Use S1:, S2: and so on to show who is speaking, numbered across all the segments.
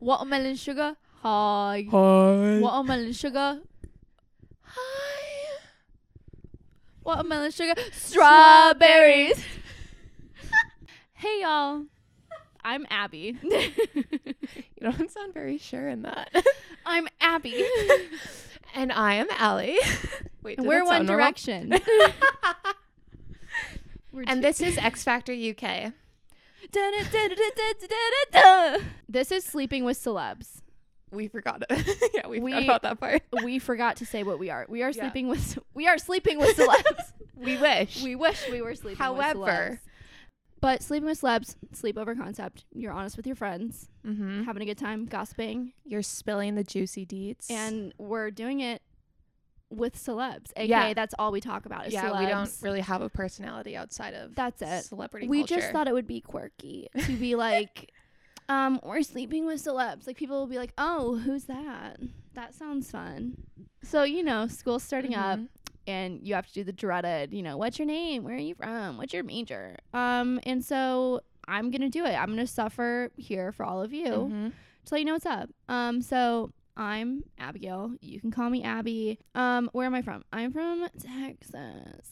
S1: Watermelon sugar. Hi.
S2: Hi.
S1: Watermelon sugar. Hi. Watermelon sugar. Strawberries.
S3: Hey y'all. I'm Abby.
S2: You don't sound very sure in that.
S3: I'm Abby.
S2: and I am Allie. Wait,
S1: And
S2: did
S1: we're
S2: that
S1: One
S2: sound normal?
S1: Direction. We're
S2: And
S1: two-
S2: this is X Factor UK.
S1: Da-da-da-da-da-da-da-da. This is sleeping with celebs.
S2: We forgot. yeah, we,
S1: We-
S2: forgot about that part.
S1: We forgot to say what we are. We are
S2: Yeah.
S1: sleeping with we are sleeping with celebs.
S2: We wish.
S1: we wish we were sleeping with celebs.
S2: However,
S1: But sleeping with celebs, sleepover concept. You're honest with your friends,
S2: mhm,
S1: having a good time, gossiping,
S2: you're spilling the juicy deeds.
S1: and we're doing it with celebs. AKA,
S2: Yeah.
S1: that's all we talk about. Is
S2: yeah,
S1: celebs.
S2: we don't really have a personality outside of
S1: That's it.
S2: Celebrity
S1: we
S2: culture.
S1: just thought it would be quirky to be like, um, we're sleeping with celebs. Like people will be like, oh, who's that? That sounds fun. So you know, school's starting up,
S2: Mhm.
S1: and you have to do the dreaded, you know, what's your name? Where are you from? What's your major? Um, and so I'm gonna do it. I'm gonna suffer here for all of you.
S2: Mhm.
S1: to let you know what's up. Um, so I'm Abigail. You can call me Abby. Um, where am I from? I'm from Texas.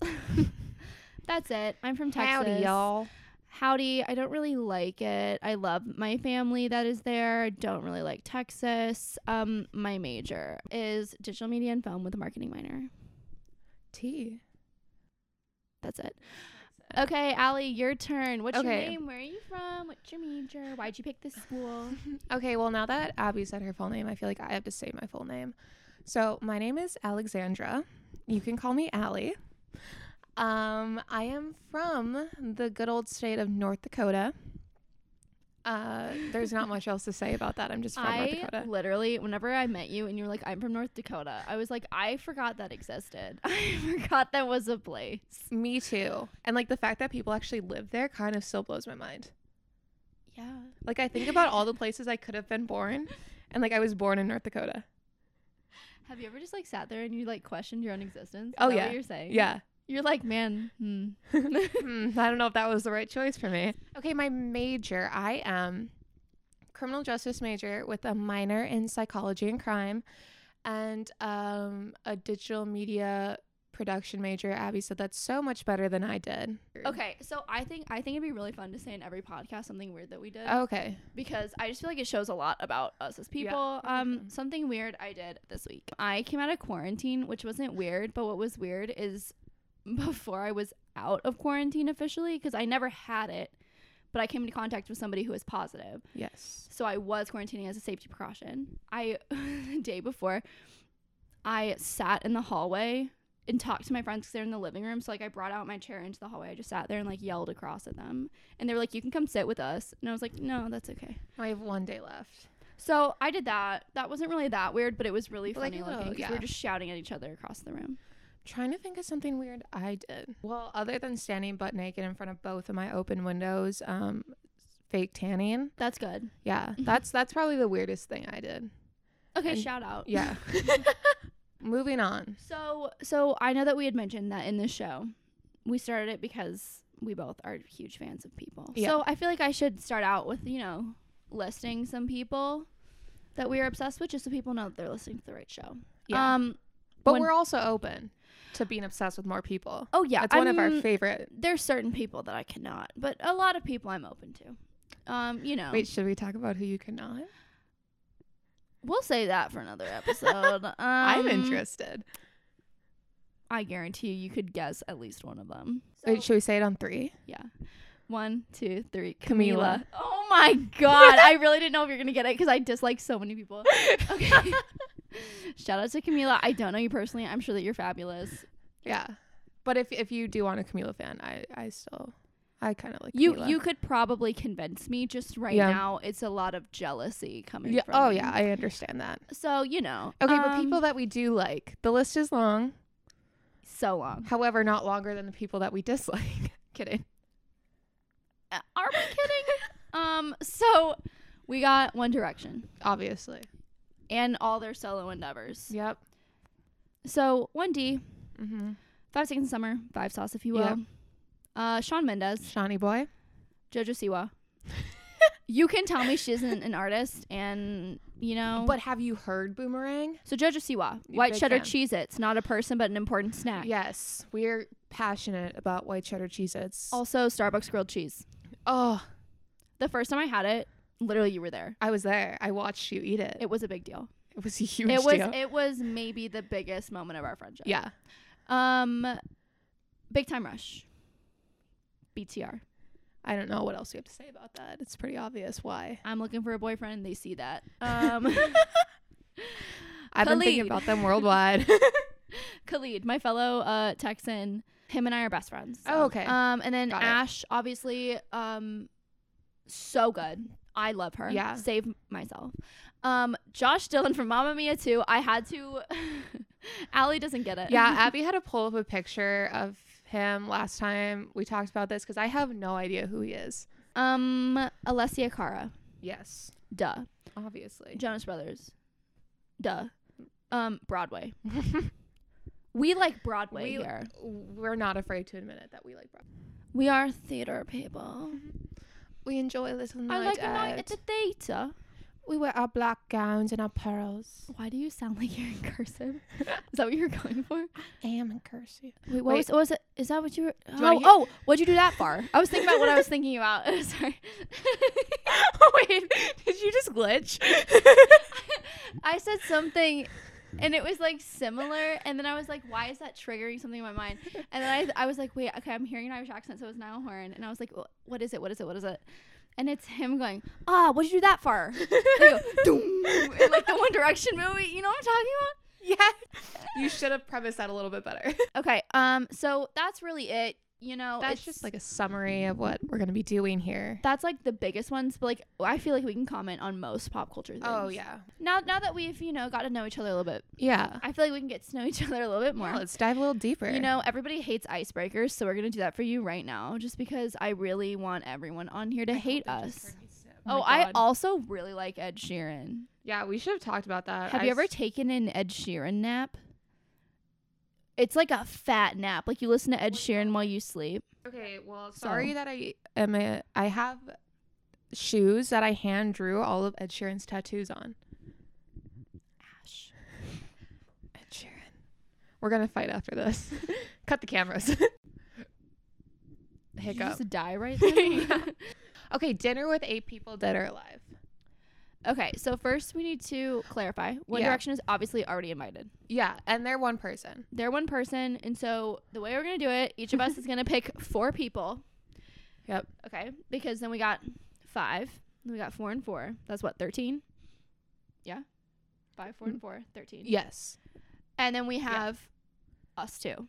S1: That's it. I'm from Texas.
S2: Howdy, y'all.
S1: Howdy. I don't really like it. I love my family that is there. I don't really like Texas. Um, my major is digital media and film with a marketing minor.
S2: Tea.
S1: That's it. Okay, Allie, your turn. What's your
S2: Okay.
S1: name? Where are you from? What's your major? Why'd you pick this school?
S2: Okay, well, now that Abby said her full name, I feel like I have to say my full name. So, my name is Alexandra. You can call me Allie. Um, I am from the good old state of North Dakota. Uh, there's not much else to say about that. I'm just from North
S1: I
S2: Dakota.
S1: literally, whenever I met you and you were like, I'm from North Dakota, I was like, I forgot that existed. I forgot that was a place.
S2: Me too. And like the fact that people actually live there kind of still blows my mind.
S1: Yeah.
S2: Like, I think about all the places I could have been born, and like I was born in North Dakota.
S1: Have you ever just like sat there and you like questioned your own existence? Is
S2: Oh,
S1: that
S2: yeah.
S1: What you're saying?
S2: Yeah.
S1: You're like, man, hmm.
S2: Hmm, I don't know if that was the right choice for me. Okay, my major, I am criminal justice major with a minor in psychology and crime and um, a digital media production major. Abby said that's so much better than I did.
S1: Okay, so I think I think it'd be really fun to say in every podcast something weird that we did
S2: Okay.
S1: because I just feel like it shows a lot about us as
S2: Yeah.
S1: people. Um,
S2: Mhm.
S1: something weird I did this week. I came out of quarantine, which wasn't weird, but what was weird is before I was out of quarantine officially because I never had it, but I came into contact with somebody who was positive.
S2: Yes.
S1: So I was quarantining as a safety precaution. I the day before, I sat in the hallway and talked to my friends because they're in the living room. So like I brought out my chair into the hallway. I just sat there and like yelled across at them, and they were like, "You can come sit with us," and I was like, "No, that's okay."
S2: I have one day left.
S1: So I did that. That wasn't really that weird, but it was really
S2: But, like,
S1: funny
S2: a little,
S1: looking 'cause we
S2: yeah.
S1: were just shouting at each other across the room.
S2: trying to think of something weird I did. Well, other than standing butt naked in front of both of my open windows, um, fake tanning.
S1: That's good.
S2: Yeah, that's that's probably the weirdest thing I did.
S1: Okay,
S2: And-
S1: shout out.
S2: Yeah. Moving on.
S1: So so I know that we had mentioned that in this show. We started it because we both are huge fans of people.
S2: Yeah.
S1: So I feel like I should start out with, you know, listing some people that we are obsessed with just so people know that they're listening to the right show.
S2: Yeah.
S1: Um
S2: but
S1: when-
S2: we're also open to being obsessed with more people.
S1: oh yeah,
S2: That's one of our
S1: I'm-
S2: favorite.
S1: There's certain people that I cannot, but a lot of people I'm open to. Um, you know.
S2: Wait, should we talk about who you cannot?
S1: We'll say that for another episode. Um,
S2: I'm interested.
S1: I guarantee you, you could guess at least one of them.
S2: Wait, should we say it on three?
S1: yeah. One, two, three.
S2: Camila.
S1: Camila. Oh my God. I really didn't know if you were going to get it because I dislike so many people. Okay. Shout out to Camila. I don't know you personally. I'm sure that you're fabulous.
S2: Yeah. But if if you do want a Camila fan, I I still I kind of like
S1: You
S2: Camila.
S1: you could probably convince me just right
S2: Yeah.
S1: now. It's a lot of jealousy coming
S2: yeah.
S1: from
S2: Oh
S1: me.
S2: yeah, I understand that.
S1: So, you know.
S2: Okay, but
S1: um,
S2: people that we do like, the list is long.
S1: So long.
S2: However, not longer than the people that we dislike. Kidding.
S1: Uh, Are we kidding? um, so we got One Direction.
S2: Obviously.
S1: and all their solo endeavors.
S2: Yep.
S1: So 1D,
S2: Mm-hmm.
S1: Five Seconds of Summer, Five Sauce, if you will.
S2: Yeah.
S1: Uh, Sean Mendez,
S2: Shawnee boy.
S1: JoJo Siwa, You can tell me she isn't an artist, and you know.
S2: But have you heard Boomerang?
S1: so Judge of Siwa,
S2: You
S1: white
S2: big
S1: cheddar
S2: fan.
S1: cheese. It's not a person, but an important snack.
S2: Yes, we're passionate about white cheddar Cheez-Its.
S1: Also, Starbucks grilled cheese.
S2: Oh,
S1: The first time I had it, literally, you were there.
S2: I was there. I watched you eat it. It,
S1: It was a big deal.
S2: was a huge
S1: it was.
S2: deal.
S1: It was maybe the biggest moment of our friendship.
S2: yeah.
S1: Um, big time rush. BTR.
S2: I don't know what else we have to say about that. It's pretty obvious why.
S1: I'm looking for a boyfriend. They see that. Um,
S2: I've been thinking
S1: Khalid.
S2: about them worldwide.
S1: Khalid, my fellow uh, Texan, him and I are best friends.
S2: Oh, okay.
S1: Um, and then
S2: Got it.
S1: Ash, obviously, um, so good. I love her.
S2: Yeah.
S1: Save myself. Um, Josh Dylan from Mamma Mia too. I had to. Allie doesn't get it.
S2: yeah, Abby had to pull up a picture of him last time we talked about this because I have no idea who he is.
S1: Um, Alessia Cara.
S2: Yes,
S1: Duh.
S2: obviously.
S1: Jonas Brothers. Duh. Um, Broadway. We like Broadway
S2: We-
S1: here.
S2: We're not afraid to admit it that we like. Broadway.
S1: We are theater people.
S2: We enjoy a little night
S1: I like a
S2: out.
S1: night at the theater.
S2: we wear our black gowns and our pearls.
S1: Why do you sound like you're in cursive? Is that what you were going for?
S2: am in cursive.
S1: Wait, what
S2: Wait.
S1: was, what was it? Is that what you were?
S2: you wanna
S1: oh,
S2: hear-
S1: oh, what'd you do that for? I was thinking about what I was thinking about. Sorry.
S2: Oh, Wait, did you just glitch?
S1: I said something and it was like similar. And then I was like, why is that triggering something in my mind? And then I, I was like, wait, okay, I'm hearing an Irish accent, so it's now horn. And I was like, "Wh- what is it? What is it? What is it? And it's him going, ah, what'd you do that for? They go, "Doom," in, like the One Direction movie. You know what I'm talking
S2: yeah, you should have premised that a little bit better.
S1: about? Okay, um, so that's really it. You know,
S2: That's
S1: it's-
S2: just like a summary of what we're gonna be doing here.
S1: that's like the biggest ones, but like I feel like we can comment on most pop culture things.
S2: Oh yeah,
S1: Now now that we've, you know, got to know each other a little bit,
S2: yeah.
S1: I feel like we can get to know each other a little bit more.
S2: Yeah, let's dive a little deeper.
S1: You know, everybody hates icebreakers, so we're gonna do that for you right now, just because I really want everyone on here to hate us. Oh, I also really like Ed Sheeran.
S2: yeah. We should have talked about that.
S1: Have
S2: I
S1: you ever
S2: s-
S1: taken an Ed Sheeran nap? It's like a fat nap. Like you listen to Ed Sheeran while you sleep.
S2: okay. Well,
S1: So-
S2: sorry that I am. A, I have shoes that I hand drew all of Ed Sheeran's tattoos on.
S1: Ash.
S2: Ed Sheeran. We're gonna fight after this. Cut the cameras.
S1: Did you
S2: Hiccup.
S1: just die right there.
S2: Okay, dinner with eight people dead or alive.
S1: Okay, so first we need to clarify. One
S2: Yeah.
S1: Direction is obviously already invited.
S2: Yeah, and they're one person.
S1: They're one person, and so the way we're gonna do it, each of us is gonna pick four people.
S2: Yep.
S1: Okay, because then we got five, then we got four and four. That's what thirteen. Yeah, five, four, and four, thirteen.
S2: Yes.
S1: and then we
S2: Mm. Yeah.
S1: have us two.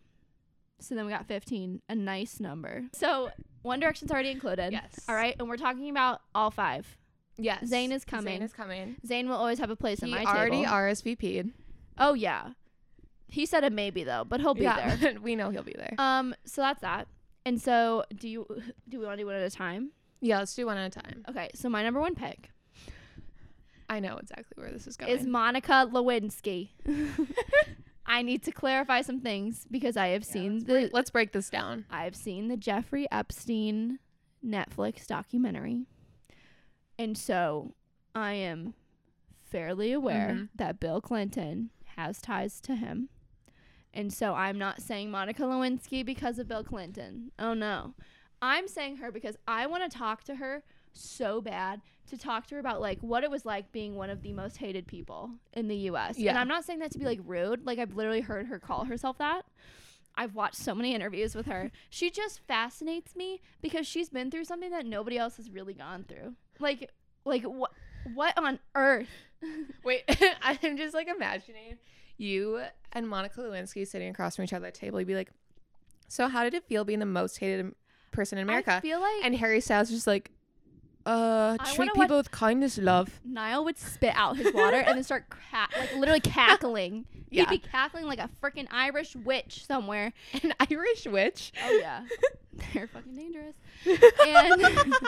S1: So then we got fifteen, a nice number. So One Direction's already included.
S2: Yes.
S1: All right, and we're talking about all five.
S2: Yes.
S1: Zayn is
S2: Zayn
S1: coming.
S2: is coming.
S1: Zayn will always have a place at
S2: He
S1: my
S2: already
S1: table.
S2: RSVP'd.
S1: Oh yeah. He said a maybe though, but he'll be
S2: yeah,
S1: there.
S2: we know he'll be there.
S1: Um, so that's that. And so do you do we want to do one at a time?
S2: yeah, let's do one at a time.
S1: Okay, so my number one pick
S2: I know exactly where this is going.
S1: is Monica Lewinsky. I need to clarify some things because I have seen the
S2: let's break this down.
S1: I've seen the Jeffrey Epstein Netflix documentary. And so I am fairly aware
S2: Mhm.
S1: that Bill Clinton has ties to him. And so I'm not saying Monica Lewinsky because of Bill Clinton. Oh no. I'm saying her because I want to talk to her so bad to talk to her about like what it was like being one of the most hated people in the US. And
S2: Yeah.
S1: I'm not saying that to be like rude. Like I've literally heard her call herself that. I've watched so many interviews with her. She just fascinates me because she's been through something that nobody else has really gone through. Like like what what on earth?
S2: Wait, I'm just like imagining you and Monica Lewinsky sitting across from each other at the table. You'd be like, "So how did it feel being the most hated am- person in
S1: I
S2: America?"
S1: feel like
S2: And Harry Styles just like, "Uh,
S1: I
S2: treat
S1: wanna
S2: people with kindness, love."
S1: Niall would spit out his water and then start cra- like literally cackling.
S2: Yeah,
S1: He'd be cackling like a freaking Irish witch somewhere.
S2: an Irish witch.
S1: Oh yeah. They're fucking dangerous. And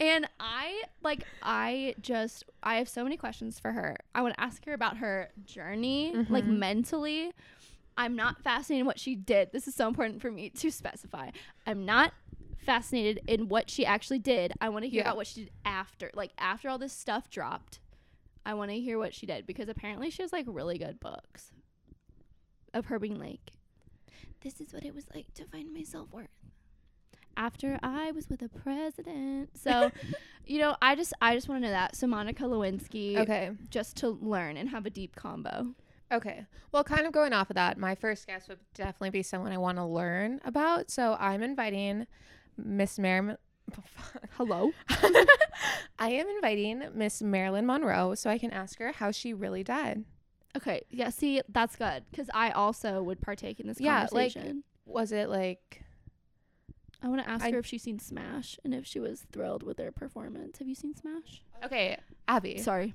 S1: and I like I just I have so many questions for her. I want to ask her about her journey, like
S2: Mhm.
S1: mentally. I'm not fascinated in what she did. This is so important for me to specify. I'm not fascinated in what she actually did. I want to hear
S2: Yeah.
S1: about what she did after, like after all this stuff dropped. I want to hear what she did because apparently she has like really good books of her being like, "This is what it was like to find my self worth." After I was with a president, so you know, I just I just want to know that. So Monica Lewinsky,
S2: Okay.
S1: just to learn and have a deep combo.
S2: Okay. Well, kind of going off of that, my first guest would definitely be someone I want to learn about. So I'm inviting Miss Marilyn.
S1: Hello,
S2: I am inviting Miss Marilyn Monroe so I can ask her how she really died.
S1: okay, yeah. See, that's good because I also would partake in this
S2: Yeah, like,
S1: conversation.
S2: Was it like
S1: I want to ask
S2: I-
S1: her if she's seen Smash and if she was thrilled with their performance. Have you seen Smash?
S2: okay, Abby?
S1: Sorry.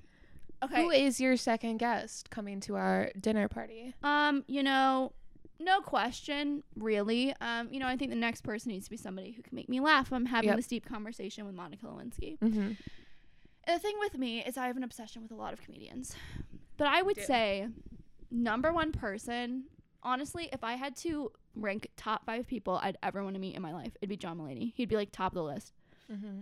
S2: Who is your second guest coming to our dinner party?
S1: Um, you know, no question, really. Um, you know, I think the next person needs to be somebody who can make me laugh. I'm having
S2: Yep.
S1: this deep conversation with Monica Lewinsky.
S2: Mm-hmm.
S1: And the thing with me is I have an obsession with a lot of comedians. But I would
S2: Yeah.
S1: say number one person, honestly, if I had to rank top five people I'd ever want to meet in my life, it'd be John Mulaney. He'd be like top of the list.
S2: Mm-hmm.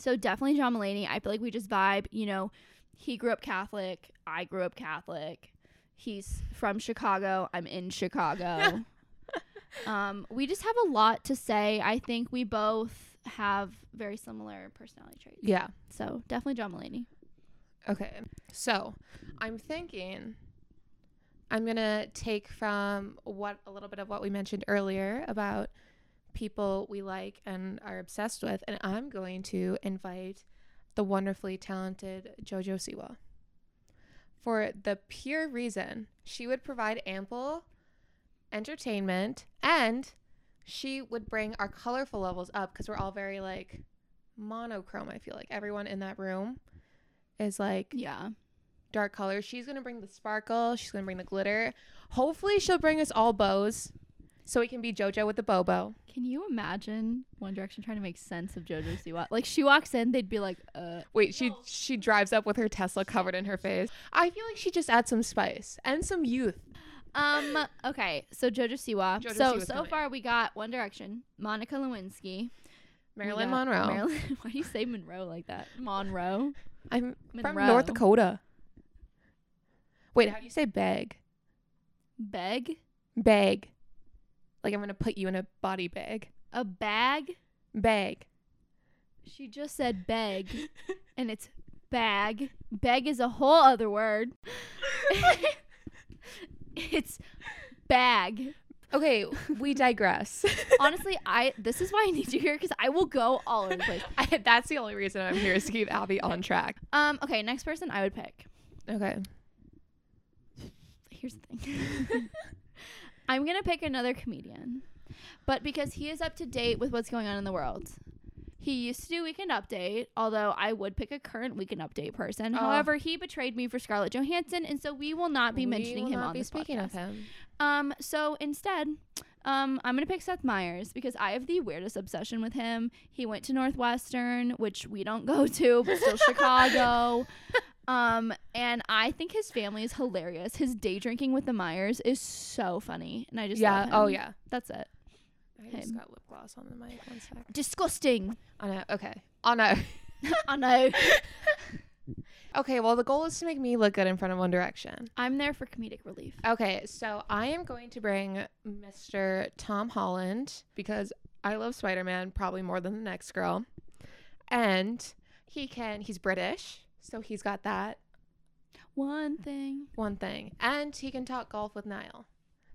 S1: So definitely John Mulaney. I feel like we just vibe. You know, he grew up Catholic. I grew up Catholic. He's from Chicago. I'm in Chicago. um, we just have a lot to say. I think we both have very similar personality traits.
S2: Yeah.
S1: So definitely John Mulaney.
S2: Okay. So I'm thinking I'm going to take from what a little bit of what we mentioned earlier about people we like and are obsessed with, and I'm going to invite the wonderfully talented JoJo Siwa for the pure reason she would provide ample entertainment and she would bring our colorful levels up because we're all very like monochrome, I feel like. Everyone in that room is like
S1: Yeah.
S2: dark colors. She's gonna bring the sparkle. She's gonna bring the glitter. Hopefully, she'll bring us all bows, so we can be JoJo with the bobo.
S1: Can you imagine One Direction trying to make sense of JoJo Siwa? Like she walks in, they'd be like, "Uh,
S2: Wait, she she drives up with her Tesla covered in her face. I feel like she just adds some spice and some youth.
S1: Um. Okay. So JoJo Siwa.
S2: JoJo
S1: so
S2: Siwa's
S1: so
S2: coming.
S1: far we got One Direction, Monica Lewinsky, We
S2: Marilyn
S1: got
S2: Monroe.
S1: Marilyn. Why do you say Monroe like that? Monroe.
S2: I'm from
S1: Monroe.
S2: North Dakota. Wait, how do you say bag?
S1: Beg.
S2: Bag. Like I'm gonna put you in a body bag.
S1: A bag.
S2: Bag.
S1: She just said beg, and it's bag. Beg is a whole other word. it's bag.
S2: Okay, we digress.
S1: Honestly, I this is why I need you here because I will go all over the place.
S2: I, that's the only reason I'm here is to keep Abby on track.
S1: Um. Okay. Next person I would pick.
S2: Okay.
S1: here's the thing. I'm gonna pick another comedian, but because he is up to date with what's going on in the world. He used to do Weekend Update, although I would pick a current Weekend Update person.
S2: Oh.
S1: However, he betrayed me for Scarlett Johansson, and so we will not be
S2: We
S1: mentioning
S2: will
S1: him
S2: not
S1: on
S2: be
S1: this
S2: speaking
S1: podcast.
S2: of him.
S1: Um, so instead, um, I'm gonna pick Seth Meyers because I have the weirdest obsession with him. He went to Northwestern, which we don't go to, but still Chicago. Um, and I think his family is hilarious. His day drinking with the Myers is so funny, and I just
S2: yeah.
S1: love him.
S2: Oh yeah.
S1: that's it.
S2: I
S1: Him.
S2: got lip gloss on the mic. One sec.
S1: Disgusting.
S2: Oh no. Okay. Oh no.
S1: I know.
S2: okay. Well, the goal is to make me look good in front of One Direction.
S1: I'm there for comedic relief.
S2: Okay. So I am going to bring Mr. Tom Holland because I love Spider Man probably more than the next girl, and he can. He's British, so he's got that
S1: One thing.
S2: one thing, and he can talk golf with Niall.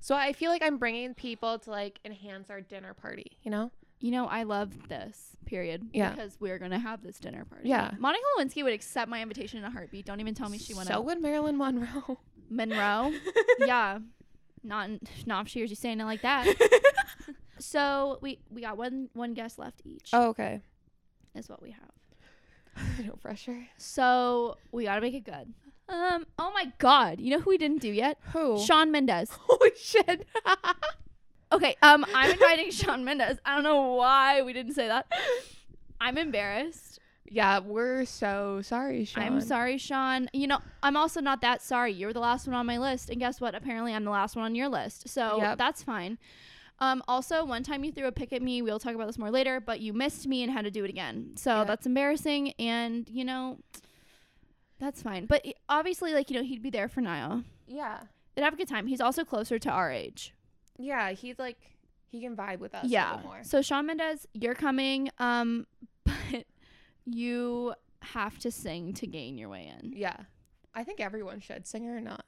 S2: So I feel like I'm bringing people to like enhance our dinner party. You know.
S1: You know, I love this period.
S2: Yeah.
S1: Because we're gonna have this dinner party.
S2: Yeah.
S1: Monica Lewinsky would accept my invitation in a heartbeat. Don't even tell me she went
S2: So
S1: up.
S2: would Marilyn Monroe.
S1: Monroe. yeah. Not in, not if she hears you saying it like that. So we we got one one guest left each
S2: oh, okay.
S1: is what we have.
S2: no pressure.
S1: So we gotta make it good. Um. Oh my God. You know who we didn't do yet?
S2: Who?
S1: Sean Mendez.
S2: Holy shit.
S1: Okay. Um. I'm inviting Sean Mendez. I don't know why we didn't say that. I'm embarrassed.
S2: yeah, we're so sorry, Sean.
S1: I'm sorry, Sean. You know, I'm also not that sorry. You were the last one on my list, and guess what? Apparently, I'm the last one on your list, so
S2: Yep.
S1: that's fine. Um, also, one time you threw a pick at me. We'll talk about this more later, but you missed me and had to do it again. So
S2: Yeah.
S1: that's embarrassing, and you know, that's fine. But he- obviously, like you know, he'd be there for Niall.
S2: Yeah.
S1: They'd have a good time. He's also closer to our age.
S2: Yeah. He's like, he can vibe with us a
S1: yeah.
S2: little more.
S1: So Sean Mendez, you're coming. Um, but you have to sing to gain your way in.
S2: Yeah. I think everyone should, singer or not.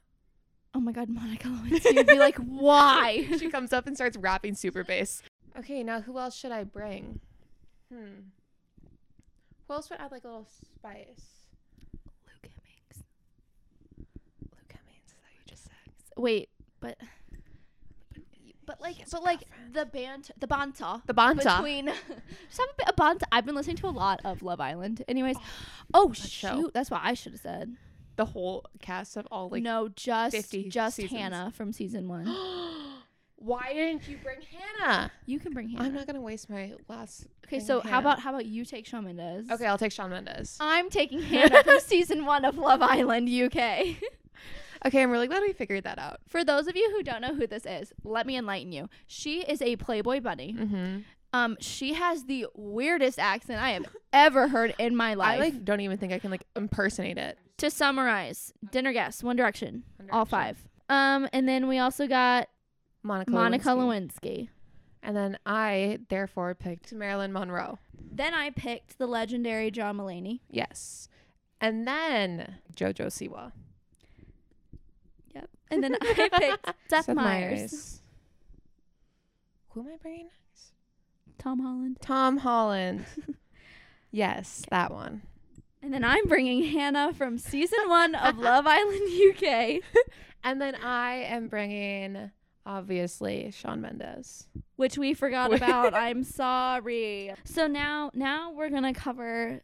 S1: Oh my God, Monica Lewinsky would be like, why?
S2: she comes up and starts rapping super bass. Okay, now who else should I bring? Hmm. Who else would add like a little spice?
S1: Luke Hemmings.
S2: Luke Hemmings, is that you just said?
S1: Wait, but but like
S2: has a
S1: but like
S2: girlfriend.
S1: the band the banta
S2: The Banta.
S1: between just have a bit of banta. I've been listening to a lot of Love Island. Anyways, oh, shoot,
S2: show.
S1: that's what I should have said.
S2: the whole cast of all like.
S1: no, just
S2: 50
S1: just
S2: seasons.
S1: Hannah from season one.
S2: Why didn't you bring Hannah?
S1: You can bring Hannah.
S2: I'm not gonna waste my last.
S1: okay,
S2: bring
S1: so
S2: Hannah.
S1: how about how about you take Shawn Mendes?
S2: Okay, I'll take Shawn Mendes.
S1: I'm taking Hannah from season one of Love Island UK.
S2: Okay, I'm really glad we figured that out.
S1: For those of you who don't know who this is, let me enlighten you. She is a Playboy bunny.
S2: Mm-hmm.
S1: Um, she has the weirdest accent I have ever heard in my life.
S2: I like don't even think I can like impersonate it.
S1: to summarize, dinner guests, One Direction,
S2: One
S1: all
S2: Direction.
S1: five. Um, and then we also got
S2: Monica.
S1: Monica
S2: Lewinsky.
S1: Lewinsky.
S2: And then I therefore picked Marilyn Monroe.
S1: Then I picked the legendary John Mulaney.
S2: Yes. And then JoJo Siwa.
S1: Yep. And then I picked Seth, Meyers,
S2: Who am I bringing next?
S1: Tom Holland,
S2: Tom Holland. yes, that one.
S1: and then I'm bringing Hannah from season one of Love Island UK,
S2: And then I am bringing, obviously, Sean Mendes.
S1: which we forgot about. I'm sorry. So now, now we're gonna cover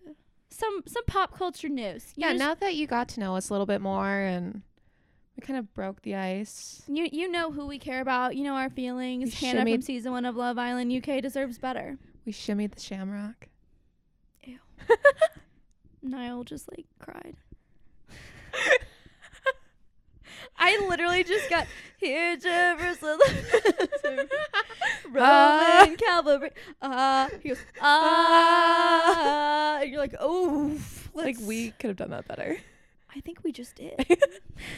S1: some some pop culture news. You
S2: yeah,
S1: just-
S2: now that you got to know us a little bit more and we kind of broke the ice.
S1: You you know who we care about. You know our feelings.
S2: You
S1: Hannah from
S2: shimmied-
S1: season one of Love Island UK deserves better.
S2: We shimmied the shamrock.
S1: Niall just like cried. I literally just got here, Jefferson. Roman cavalry. Ah, he goes ah. And you're like, oh,
S2: like,
S1: let's-
S2: we could have done that better.
S1: I think we just did.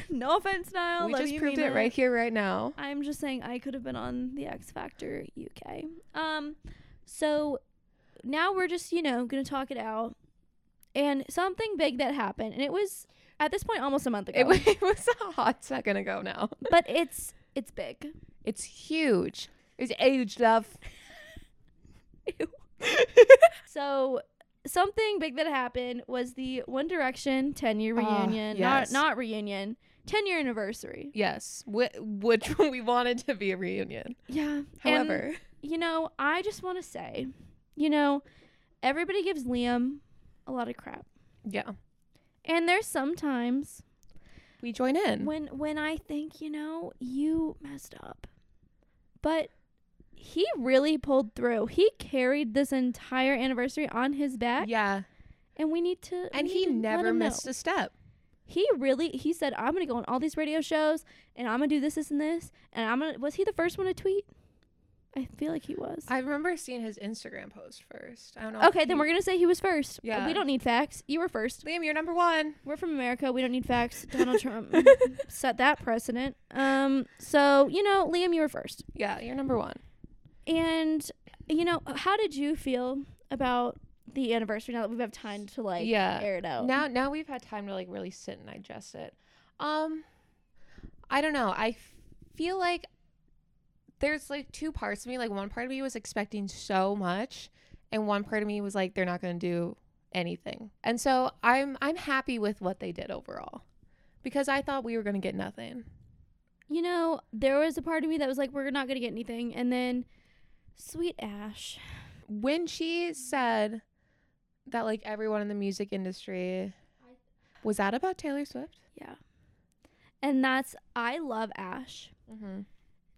S1: no offense, Niall.
S2: we
S1: love
S2: just
S1: you,
S2: proved
S1: mean
S2: it right here, right now.
S1: I'm just saying I could have been on the X Factor UK. Um, so now we're just you know gonna talk it out, and something big that happened, and it was at this point almost a month ago,
S2: It, wa- it was a hot second ago now.
S1: but it's it's big.
S2: It's huge. It's huge, love.
S1: So something big that happened was the One Direction 10 year
S2: Ah,
S1: reunion,
S2: yes.
S1: not not reunion, 10 year anniversary.
S2: yes, whi- which we wanted to be a reunion.
S1: Yeah.
S2: However,
S1: you know, I just want to say, you know, everybody gives Liam a lot of crap.
S2: yeah,
S1: And there's sometimes
S2: we join in.
S1: when when I think, you know, you messed up. But he really pulled through. He carried this entire anniversary on his back,
S2: yeah,
S1: and we need to.
S2: and he never missed
S1: Know.
S2: a step.
S1: He really. He said, "I'm gonna go on all these radio shows, and I'm gonna do this, this, and this." And I'm gonna. Was he the first one to tweet? I feel like he was.
S2: I remember seeing his Instagram post first. I don't know. if
S1: okay, then
S2: he-
S1: we're gonna say he was first. Uh,
S2: Yeah.
S1: We don't need facts. You were first.
S2: Liam, you're number one.
S1: We're from America. We don't need facts. Donald Trump set that precedent. Um, so you know, Liam, you were first.
S2: Yeah, you're number one.
S1: And you know, how did you feel about the anniversary now that we've had time to like
S2: Yeah.
S1: air it out?
S2: Now, now we've had time to like really sit and digest it. Um, I don't know. I f- feel like there's like two parts of me. Like one part of me was expecting so much, and one part of me was like, they're not going to do anything. And so I'm I'm happy with what they did overall, because I thought we were going to get nothing.
S1: you know, there was a part of me that was like, we're not gonna get anything, and then sweet Ash,
S2: When she said that, like everyone in the music industry, was that about Taylor Swift?
S1: yeah, and that's I love Ash.
S2: Mm-hmm.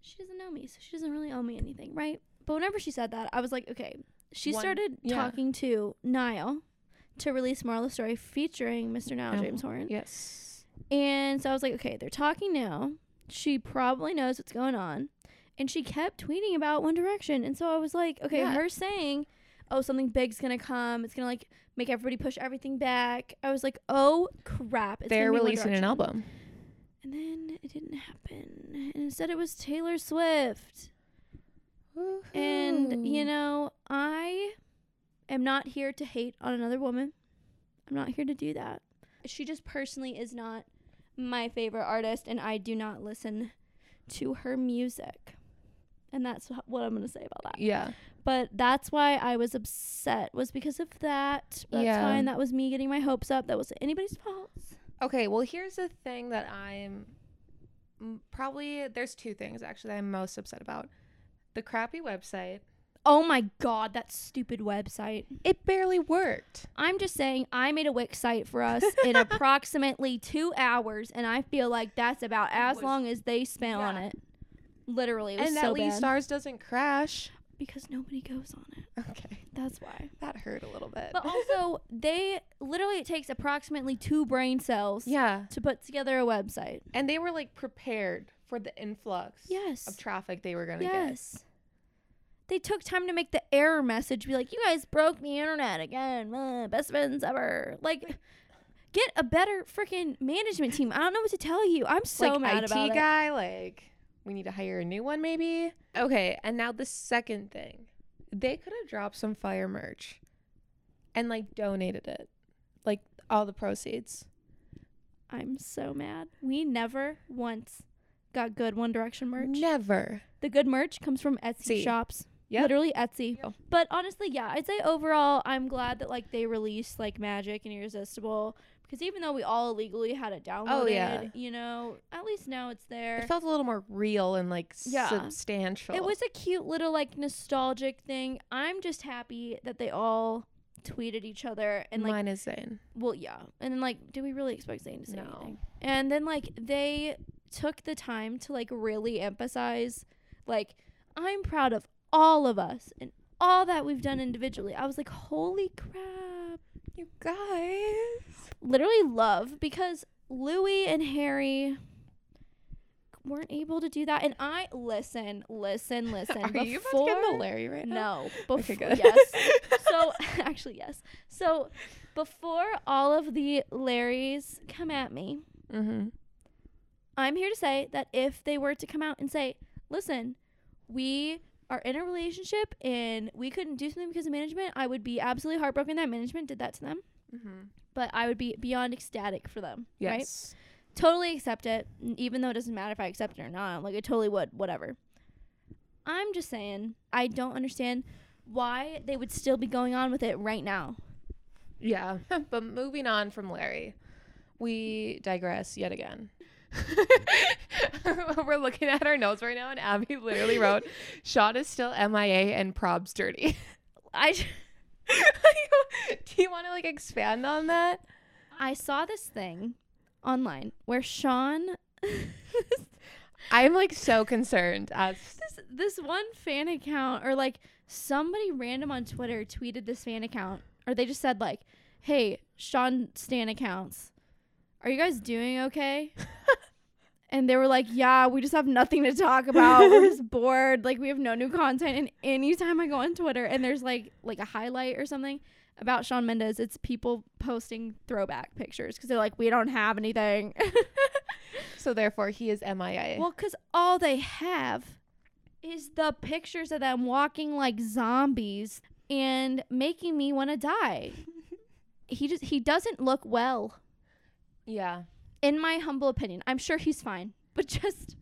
S1: She doesn't know me, so she doesn't really owe me anything, right? But whenever she said that, I was like, okay. She
S2: One-
S1: started
S2: yeah.
S1: talking to Niall to release Marla Story featuring Mr. Niall
S2: Oh,
S1: James Horn.
S2: Yes.
S1: And so I was like, okay, they're talking now. She probably knows what's going on. and she kept tweeting about One Direction. And so I was like, okay,
S2: Yeah.
S1: her saying, oh, something big's gonna come. It's gonna like make everybody push everything back. I was like, oh crap. It's
S2: They're
S1: gonna be One
S2: releasing an
S1: Direction.
S2: album.
S1: And then it didn't happen. And instead, it was Taylor Swift. And, you know, I am not here to hate on another woman. I'm not here to do that. She just personally is not my favorite artist, and I do not listen to her music. And that's wh- what I'm going to say about that.
S2: yeah,
S1: But that's why I was upset, was because of that. That's
S2: Yeah.
S1: fine. That was me getting my hopes up. That wasn't anybody's fault.
S2: Okay, well, here's the thing that I'm m- probably there's two things actually that I'm most upset about. The crappy website.
S1: Oh my God, that stupid website.
S2: It barely worked.
S1: I'm just saying I made a Wix site for us in approximately two hours, and I feel like that's about as
S2: was-
S1: long as they spent on
S2: yeah.
S1: it. Literally, it was
S2: And
S1: so
S2: at least
S1: bad
S2: ours doesn't crash.
S1: because nobody goes on it.
S2: Okay.
S1: That's why.
S2: That hurt a little bit.
S1: But also, they literally it takes approximately two brain cells
S2: yeah.
S1: to put together a website.
S2: And they were like prepared for the influx
S1: Yes.
S2: of traffic they were going to get.
S1: Yes. They took time to make the error message be like, you guys broke the internet again. uh, Best friends ever. Like, get a better freaking management team. I don't know what to tell you. I'm so
S2: like
S1: mad
S2: IT
S1: about it.
S2: guy, like we need to hire a new one maybe. Okay, and now the second thing. They could have dropped some fire merch and like donated it. Like all the proceeds.
S1: I'm so mad. We never once got good One Direction merch.
S2: Never.
S1: The good merch comes from Etsy
S2: See.
S1: shops.
S2: Yep.
S1: Literally Etsy.
S2: Yep.
S1: But honestly, yeah, I'd say overall I'm glad that like they released like Magic and Irresistible because even though we all illegally had it downloaded,
S2: Oh, yeah.
S1: you know, at least now it's there.
S2: It felt a little more real and like
S1: Yeah.
S2: substantial.
S1: It was a cute little like nostalgic thing. I'm just happy that they all tweeted each other and like
S2: mine is Zane.
S1: well yeah. And then like do we really expect Zayn to say
S2: No.
S1: anything? And then like they took the time to like really emphasize like I'm proud of all of us and all that we've done individually. I was like, "Holy crap."
S2: You guys.
S1: Literally love because Louis and Harry weren't able to do that and I listen, listen, listen
S2: Are
S1: before
S2: you about to get into Larry right now?
S1: no. Before,
S2: Okay, good.
S1: Yes. So actually, yes. So before all of the Larrys come at me,
S2: Mm-hmm.
S1: I'm here to say that if they were to come out and say, "Listen, we are in a relationship and we couldn't do something because of management," I would be absolutely heartbroken that management did that to them.
S2: Mm-hmm.
S1: But I would be beyond ecstatic for them. Right?
S2: Yes.
S1: totally accept it, n- even though it doesn't matter if I accept it or not. Like, I totally would, whatever. I'm just saying, I don't understand why they would still be going on with it right now.
S2: Yeah. but moving on from Larry, we digress yet again. We're looking at our notes right now, and Abby literally wrote, Sean is still MIA and prob's dirty.
S1: I, j-
S2: Do you want to like expand on that?
S1: I saw this thing online where Sean,
S2: I'm like so concerned as
S1: this, this one fan account, or like somebody random on Twitter tweeted this fan account, or they just said, like, hey, Sean Stan accounts, are you guys doing okay? and they were like, "Yeah, we just have nothing to talk about. We're just bored. Like we have no new content." And anytime I go on Twitter and there's like like a highlight or something about Sean Mendes, it's people posting throwback pictures because they're like, "We don't have anything."
S2: so therefore he is MIA.
S1: well, because all they have is the pictures of them walking like zombies and making me want to die. he just he doesn't look well,
S2: yeah.
S1: in my humble opinion. I'm sure he's fine, but just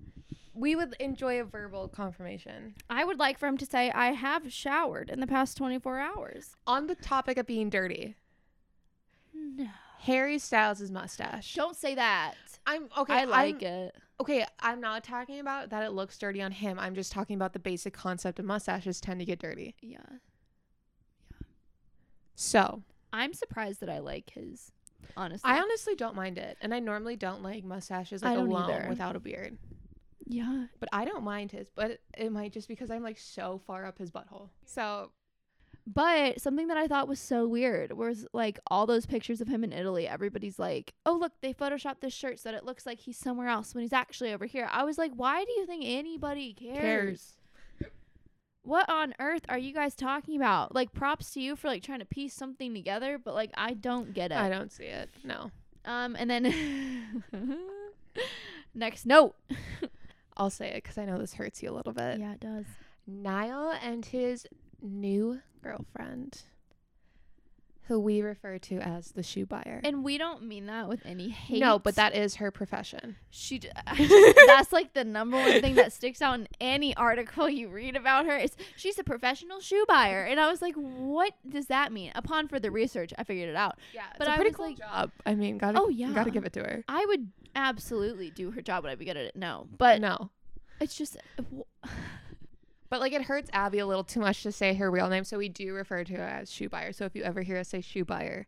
S2: We would enjoy a verbal confirmation.
S1: I would like for him to say, I have showered in the past 24 hours.
S2: On the topic of being dirty,
S1: No.
S2: Harry Styles' mustache.
S1: Don't say that.
S2: I'm okay.
S4: I like
S2: I'm-
S4: it.
S2: Okay, I'm not talking about that it looks dirty on him. I'm just talking about the basic concept of mustaches tend to get dirty.
S4: Yeah.
S2: So
S4: I'm surprised that I like his. Honestly.
S2: I honestly don't mind it, and I normally don't like mustaches
S1: I
S2: like
S1: don't
S2: alone
S1: either.
S2: without a beard.
S4: yeah.
S2: But I don't mind his. But it might just because I'm like so far up his butthole. So
S1: But something that I thought was so weird was like all those pictures of him in Italy. Everybody's like, "Oh, look, they photoshopped this shirt so that it looks like he's somewhere else when he's actually over here." I was like, "Why do you think anybody cares?
S2: Cares.
S1: What on earth are you guys talking about? Like props to you for like trying to piece something together, but like I don't get it."
S2: I don't see it. No.
S1: um and then next note.
S2: I'll say it because I know this hurts you a little bit.
S1: Yeah, it does.
S2: Niall and his new girlfriend, who we refer to as the shoe buyer.
S1: And we don't mean that with any hate.
S2: No, but that is her profession.
S1: she d- I just- that's like the number one thing that sticks out in any article you read about her is she's a professional shoe buyer and i was like what does that mean upon further research i figured it out
S2: Yeah,
S1: But I was like-
S2: job. I mean, gotta
S1: Oh,
S2: you
S1: yeah.
S2: gotta give it to her.
S1: i would absolutely do her job would i be good at it no but
S2: no,
S1: it's just uh, w-
S2: but like it hurts Abby a little too much to say her real name, so we do refer to her as shoe buyer. So if you ever hear us say shoe buyer,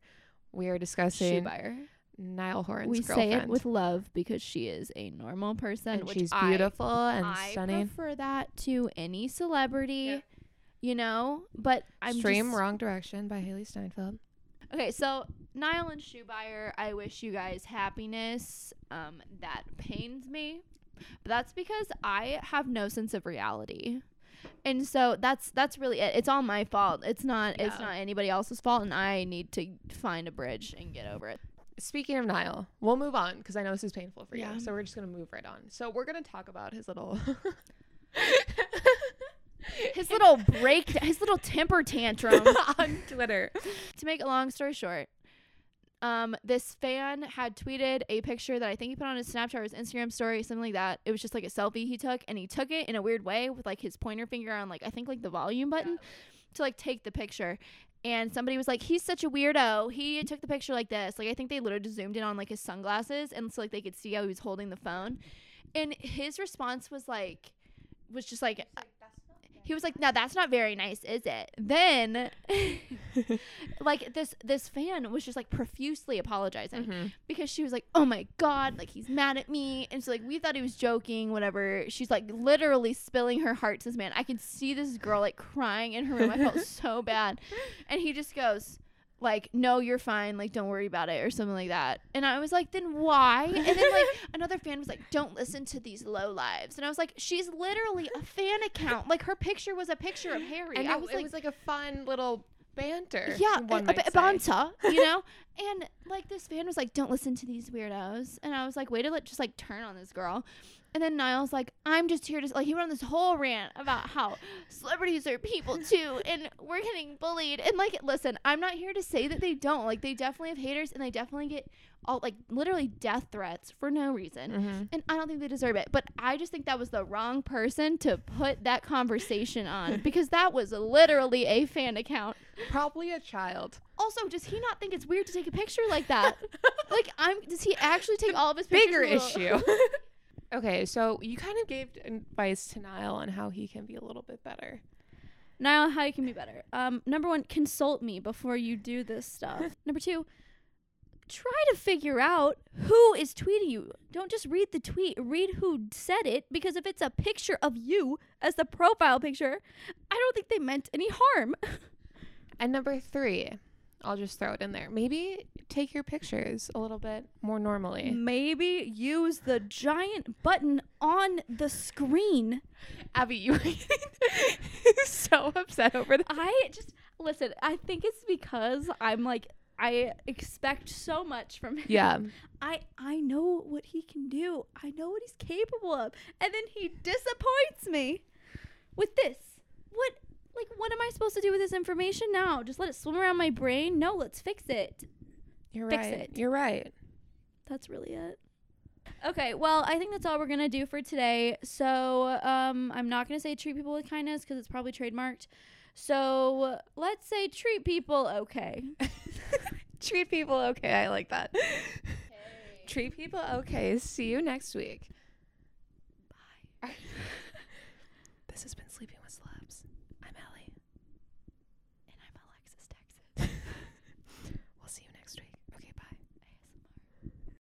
S2: we are discussing
S1: shoe buyer
S2: Niall Horan's
S1: we
S2: girlfriend.
S1: say it with love because she is a normal person
S2: and
S1: which
S2: she's
S1: I-
S2: beautiful and
S1: I
S2: stunning.
S1: prefer that to any celebrity
S2: Yeah.
S1: you know but i'm
S2: Stream
S1: just,
S2: Wrong Direction by Haley Steinfeld.
S1: Okay, so Niall and Shoebuyer, I wish you guys happiness. Um, that pains me, but that's because I have no sense of reality, and so that's that's really it. It's all my fault. It's not it's
S2: Yeah.
S1: not anybody else's fault, and I need to find a bridge and get over it.
S2: Speaking of Niall, we'll move on because I know this is painful for
S1: Yeah.
S2: you. So we're just gonna move right on. So we're gonna talk about his little
S1: His little break, his little temper tantrum.
S2: on Twitter.
S1: to make a long story short, um, this fan had tweeted a picture that I think he put on his Snapchat or his Instagram story, something like that. It was just like a selfie he took, and he took it in a weird way with like his pointer finger on like I think like the volume button to like take the picture. And somebody was like, "He's such a weirdo. He took the picture like this. Like I think they literally just zoomed in on like his sunglasses, and so like they could see how he was holding the phone." And his response was like, was just like, uh, he was like, "No, that's not very nice, is it?" Then like this this fan was just like profusely apologizing
S2: Mm-hmm.
S1: because she was like oh my god like he's mad at me and so like we thought he was joking whatever she's like literally spilling her heart to this man i could see this girl like crying in her room i felt so bad and he just goes like no you're fine like don't worry about it or something like that and i was like then why and then like another fan was like don't listen to these low lives and i was like she's literally a fan account like her picture was a picture of harry
S2: And
S1: i
S2: it,
S1: was
S2: it
S1: like
S2: was like a fun little banter.
S1: yeah,
S2: one
S1: a, a,
S2: might
S1: a
S2: say.
S1: banter, you know. and like this fan was like, "Don't listen to these weirdos," and I was like, "Way to let just like turn on this girl." And then Niall's like, "I'm just here to s-" like." He went on this whole rant about how celebrities are people too, and we're getting bullied. And like, listen, I'm not here to say that they don't. Like, they definitely have haters, and they definitely get all like literally death threats for no reason.
S2: Mhm.
S1: And I don't think they deserve it. But I just think that was the wrong person to put that conversation on because that was literally a fan account.
S2: Probably a child.
S1: Also, does he not think it's weird to take a picture like that? like, I'm. Does he actually take all of his pictures?
S2: Bigger
S1: a little-
S2: issue. okay, so you kind of gave advice to Niall on how he can be a little bit better.
S5: Niall, how you can be better. Um, number one, consult me before you do this stuff. number two, try to figure out who is tweeting you. Don't just read the tweet, read who said it, because if it's a picture of you as the profile picture, I don't think they meant any harm.
S2: And number three, I'll just throw it in there. Maybe take your pictures a little bit more normally.
S5: Maybe use the giant button on the screen.
S2: Abby, you were so upset over that.
S5: I just listen, I think it's because I'm like I expect so much from him.
S2: Yeah.
S5: I I know what he can do. I know what he's capable of. And then he disappoints me with this. What like what am I supposed to do with this information now? Just let it swim around my brain? No, let's fix it.
S2: You're
S5: Fix
S2: right.
S5: it.
S2: You're right.
S5: That's really it. Okay, well, I think that's all we're going to do for today. So, um I'm not going to say treat people with kindness cuz it's probably trademarked. So, let's say treat people okay.
S2: Treat people okay. I like that. Treat people okay. See you next week. Bye.